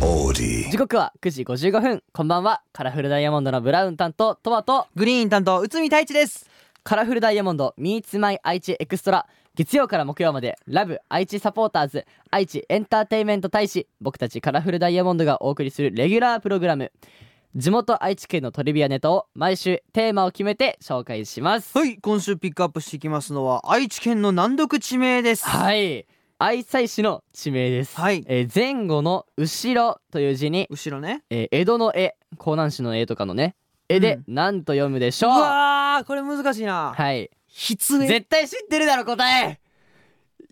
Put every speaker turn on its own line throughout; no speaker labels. body.
時刻は9時55分こんばんはカラフルダイヤモンドのブラウン担当トマト
グリーン担当内海太一です
カラフルダイヤモンド Meets My 愛知エクストラ月曜から木曜までラブ愛知サポーターズ愛知エンターテインメント大使僕たちカラフルダイヤモンドがお送りするレギュラープログラム地元愛知県のトリビアネタを毎週テーマを決めて紹介します
はい今週ピックアップしていきますのは愛知県の難読地名です
はい愛西市の地名です、
はい
えー前後の後ろという字に、
後ろね
えー江戸の絵江南市の絵とかのね絵で何と読むでしょ
う
う、
わーこれ難しいな
はい
筆絵
絶対知ってるだろ答え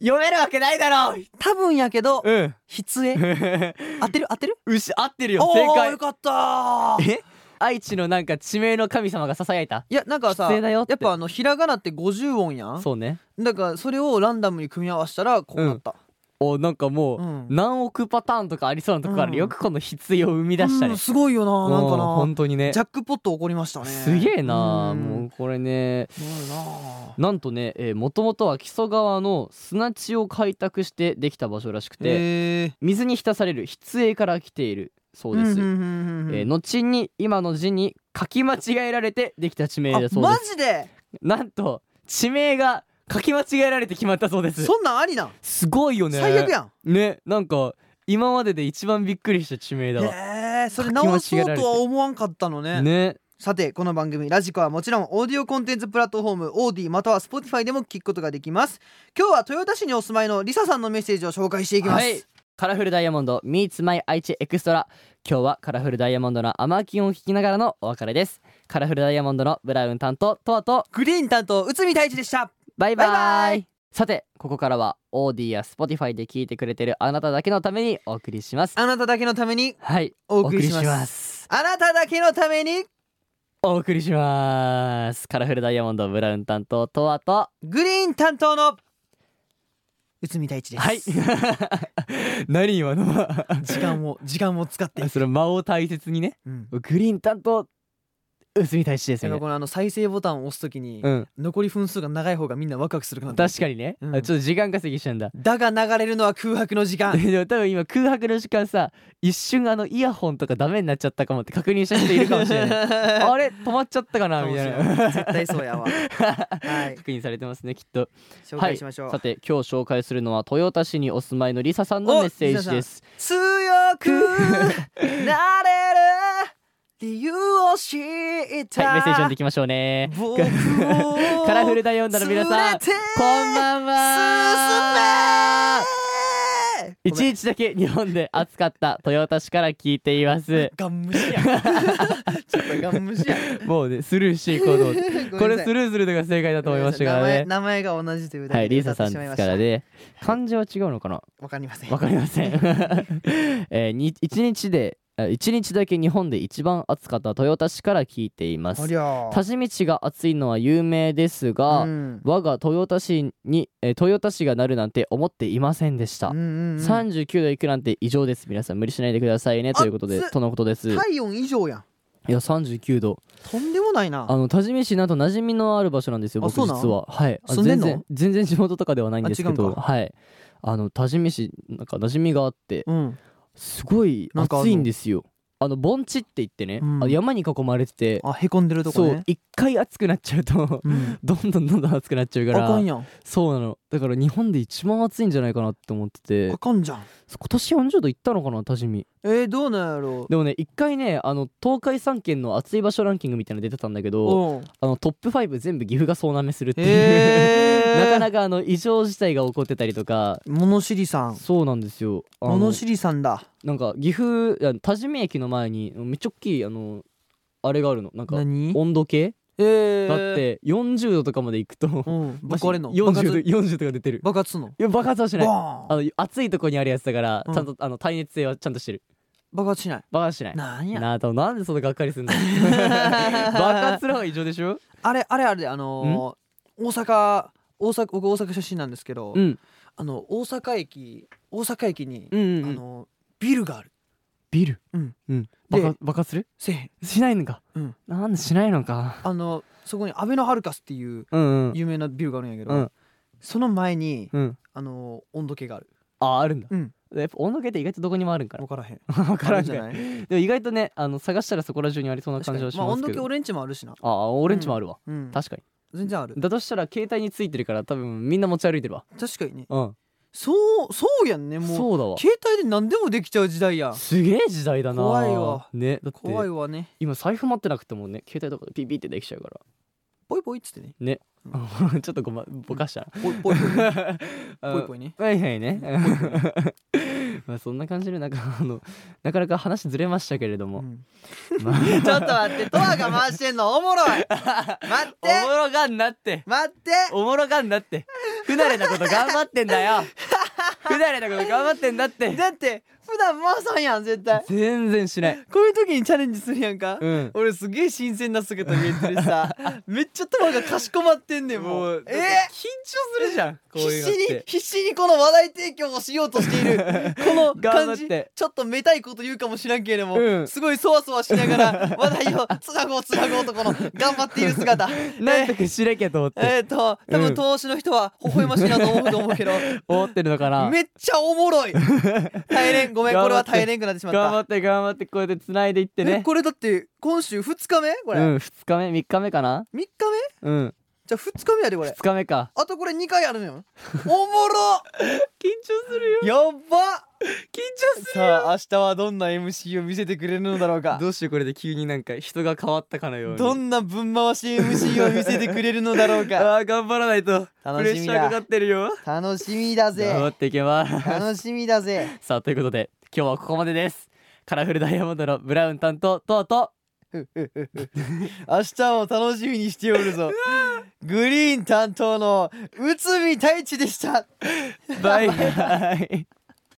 読めるわけないだろ
多分やけど
うん
筆絵当てる当てる
牛合ってるよ
お
正
ー
解
よかった
え愛知のなんか地名の神様がささやいた
いやなんかさ
筆だよ
や
っ
ってぱあのひらがなって50音やん
そうね
だからそれをランダムに組み合わせたらこうなった
おなんかもう、
うん
何億パターンとかありそうなとこから、
うん
よくこの必要を生み出したね、
うんすごいよななんか
もう
な
本当にね
ジャックポット起こりましたね
すげえな
うん
もうこれね
すごいな
なんとねもともとは木曽川の砂地を開拓してできた場所らしくて、
へー
水に浸される筆営から来ているそうです、
んんうんうん
えー後に今の字に書き間違えられてできた地名
あ
だそうで
マ
す、
ジで
なんと地名が書き間違えられて決まったそうです
そんなんありなん
すごいよね
最悪やん
ねなんか今までで一番びっくりした地名だわ
へえそれ
書き間違
直
え
そ
られ
う
て
とは思わんかったのね
ね
さてこの番組ラジコはもちろんオーディオコンテンツプラットフォームオーディまたは Spotify でも聞くことができます今日は豊田市にお住まいのリサさんのメッセージを紹介していきます、
はいカラフルダイヤモンド Meets My 愛知エクストラ今日はカラフルダイヤモンドのアマーキンを聞きながらのお別れですカラフルダイヤモンドのブラウン担当とわと
グリーン担当内海太一でした
バイバイ
バイバイ
さてここからはオーディや Spotify で聞いてくれてるあなただけのためにお送りします
あなただけのために
はい
お送りし
お送
ます
りします
あなただけのために
お送りしますカラフルダイヤモンドブラウン担当とわと
グリーン担当の内海太一です、
はい 何今のは
時間を時間を使って、
その間を大切にね
うん、
グリーン担当薄見大使です
なん
よね
かこのあの再生ボタンを押すときに、
うん
残り分数が長い方がみんなワクワクするかな
確かにね、
うん
あちょっと時間稼ぎしちゃうんだ
だが流れるのは空白の時間
でも多分今空白の時間さ一瞬あのイヤホンとかダメになっちゃったかもって確認した 人いるかもしれ ないあれ止まっちゃったかな
かも
み
したれ
い
ない
な
絶対そうやわはい
確認されてますねきっと
紹介しましょう、
はい、さて今日紹介するのは豊田市にお住まいのリサさんのメッセージです
強 くなれる理由を知った、
はいメッセージ読んでいきましょうね
僕を
カラフルダイヤモンドの皆さん
連れて
こんばんは
進め
いちいちだけ日本で暑かった豊田市から聞いています
ガン無視 やちょっとガン無視や
もうねスルーしていこうと思って これス
る
ルーするのが正解だと思いましたからね
名前名前が同じというだ
は
け
い
で
リー
歌
サ
っ
さん
てしま
で
いますした
からね漢字は違うのかな
わかりません
わかりませ んえーに一日であ一日だけ日本で一番暑かった豊田市から聞いています
ありゃ
多治見市が暑いのは有名ですが、
うん
我が豊田市に、えー豊田市がなるなんて思っていませんでした
うんうんうん
39度いくなんて異常です皆さん無理しないでくださいねということで
暑っ
とのことですい
体温以上やん
や39度
とんでもないな
あの多治見市なんと馴染みのある場所なんですよ
あ
僕
そうなん
実ははいあ
住んでんの
全然全然地元とかではないんですけ
あ違う
ど
んか
はいあの多治見市なんか馴染みがあって
うん
すごい
なんかある
暑いんですよあの盆地って言ってね、
うん
あの山に囲まれてて
あへこんでるとこ
そう
ね
一回暑くなっちゃうと
うん
どんどんどんどん暑くなっちゃうか
あからんやん
そうなのだから日本で一番暑いんじゃないかなって思ってて
あかんじゃん
今年40度いったのかな多治見
えーどうなんやろ
でもね一回ねあの東海3県の暑い場所ランキングみたいなの出てたんだけど
うん
あのトップ5全部岐阜が総なめするっていう、
へ ー
なかなかあの異常事態が起こってたりとか
物知りさん
そうなんですよあの
物知りさんだ
なんか岐阜あの多治見駅の前にめっちゃ大きいあのあれがあるのなんか
何
温度計
えー
だって40度とかまで行くと
うん
マ
僕
ジ
あれの
40
爆
度
発
40とか出てる
爆発すんの
いや爆発はしない
バーン
あの暑いとこにあるやつだから
うん
ちゃんとあの耐熱性はちゃんとしてる
爆発しない
爆発しない
なんや
なあとなんでそんながっかりすん の爆発するのが異常でしょ
あれあれあれあのー大阪大阪僕大阪出身なんですけど、
うん
あの大阪駅大阪駅に、
うんうん、
あのビルがある
ビル
うん
うん
で
爆発爆発する
せえへん
しないのか、
うん
なんでしないのか
あのそこにアベノハルカスっていう
うんうん
有名なビルがあるんやけど、
うん
その前に
うん
あの温度計がある
ああるんだ
うん
やっぱ音楽系って意外とどこにもあるんかな
分から へん
分か
あ
らん
るんじ
け
ゃ
ど
ない
でも意外とねあの探したらそこら中にありそうな感
確
じ
か
は
に
し
まあ
ます
温度
け
計
ど、
俺んちもあるしな
ああ俺んちもあるわ、
うん
確かに
全然ある
だとしたら携帯についてるから多分みんな持ち歩いてるわ
確かにね
うん
そうそうやんねもう
そうだわ
携帯で何でもできちゃう時代や
すげえ時代だな
怖いわ
ねだって
怖いわね
今財布持ってなくてもね携帯とかでピッピッってできちゃうから
ぽいぽいっつってね
ね、 ちょっとごまぼかしたな
ぽい ぽいぽいぽ い
ぽ
ぽいね
はいはいね まあそんな感じでなんかあの なかなか話ずれましたけれども、
うん
まあ
ちょっと待ってトアが回してんのおもろい待っ
お
て
もろがんなって
待って
おもろがんなって不慣れなこと頑張ってんだ よ不慣れなこと頑張ってんだって
だって普段回さんやん絶対
全然しない
こういう時にチャレンジするやんか、
うん
俺すげえ新鮮な姿見えて るさめっちゃトアがかしこまってんねんもう
もう
え
だって緊張 するじゃんこう
ー
いうのっ
必死に
て
必死にこの話題提供をしようとしている この
頑張
感
っ
じ
て
ちょっとめたいこと言うかもしらんけれども、
うん
すごいそわそわしなが ら話題をつなごうつなごうとこの頑張っている姿
なんとかしなきゃと思って、
えっ、えーと多
うん
分投資の人は微笑ましいなと思うと思 うけど
思ってるのかな
めっちゃお もろい大変ごめんこれ
頑張
は
って
大変くなってしまった
頑張って頑張ってこうやって繋いでいって
え
ね
これだって今週2日目これ、
う
三
ん2日目3日目かな
3日目
うん
じゃあ2日目やでこれ
2日目か
あとこれ2回あるの よおもろ
緊張するよ
やっば
緊張
さあ明日はどんな MC を見せてくれるのだろうか
どうしてこれで急になんか人が変わったかのように
どんなぶん回し MC を見せてくれるのだろうか
ああ頑張らないとプ
楽
レッ
しみだ
シャーかかってるよ
楽しみ
頑
だ
張
ぜ
っていけます
楽しみだぜ
さあということで今日はここまでですカラフルダイヤモンドのブラウン担当とうと
明日も楽しみにしておるぞグリーン担当の内海太一でした
うバイバイ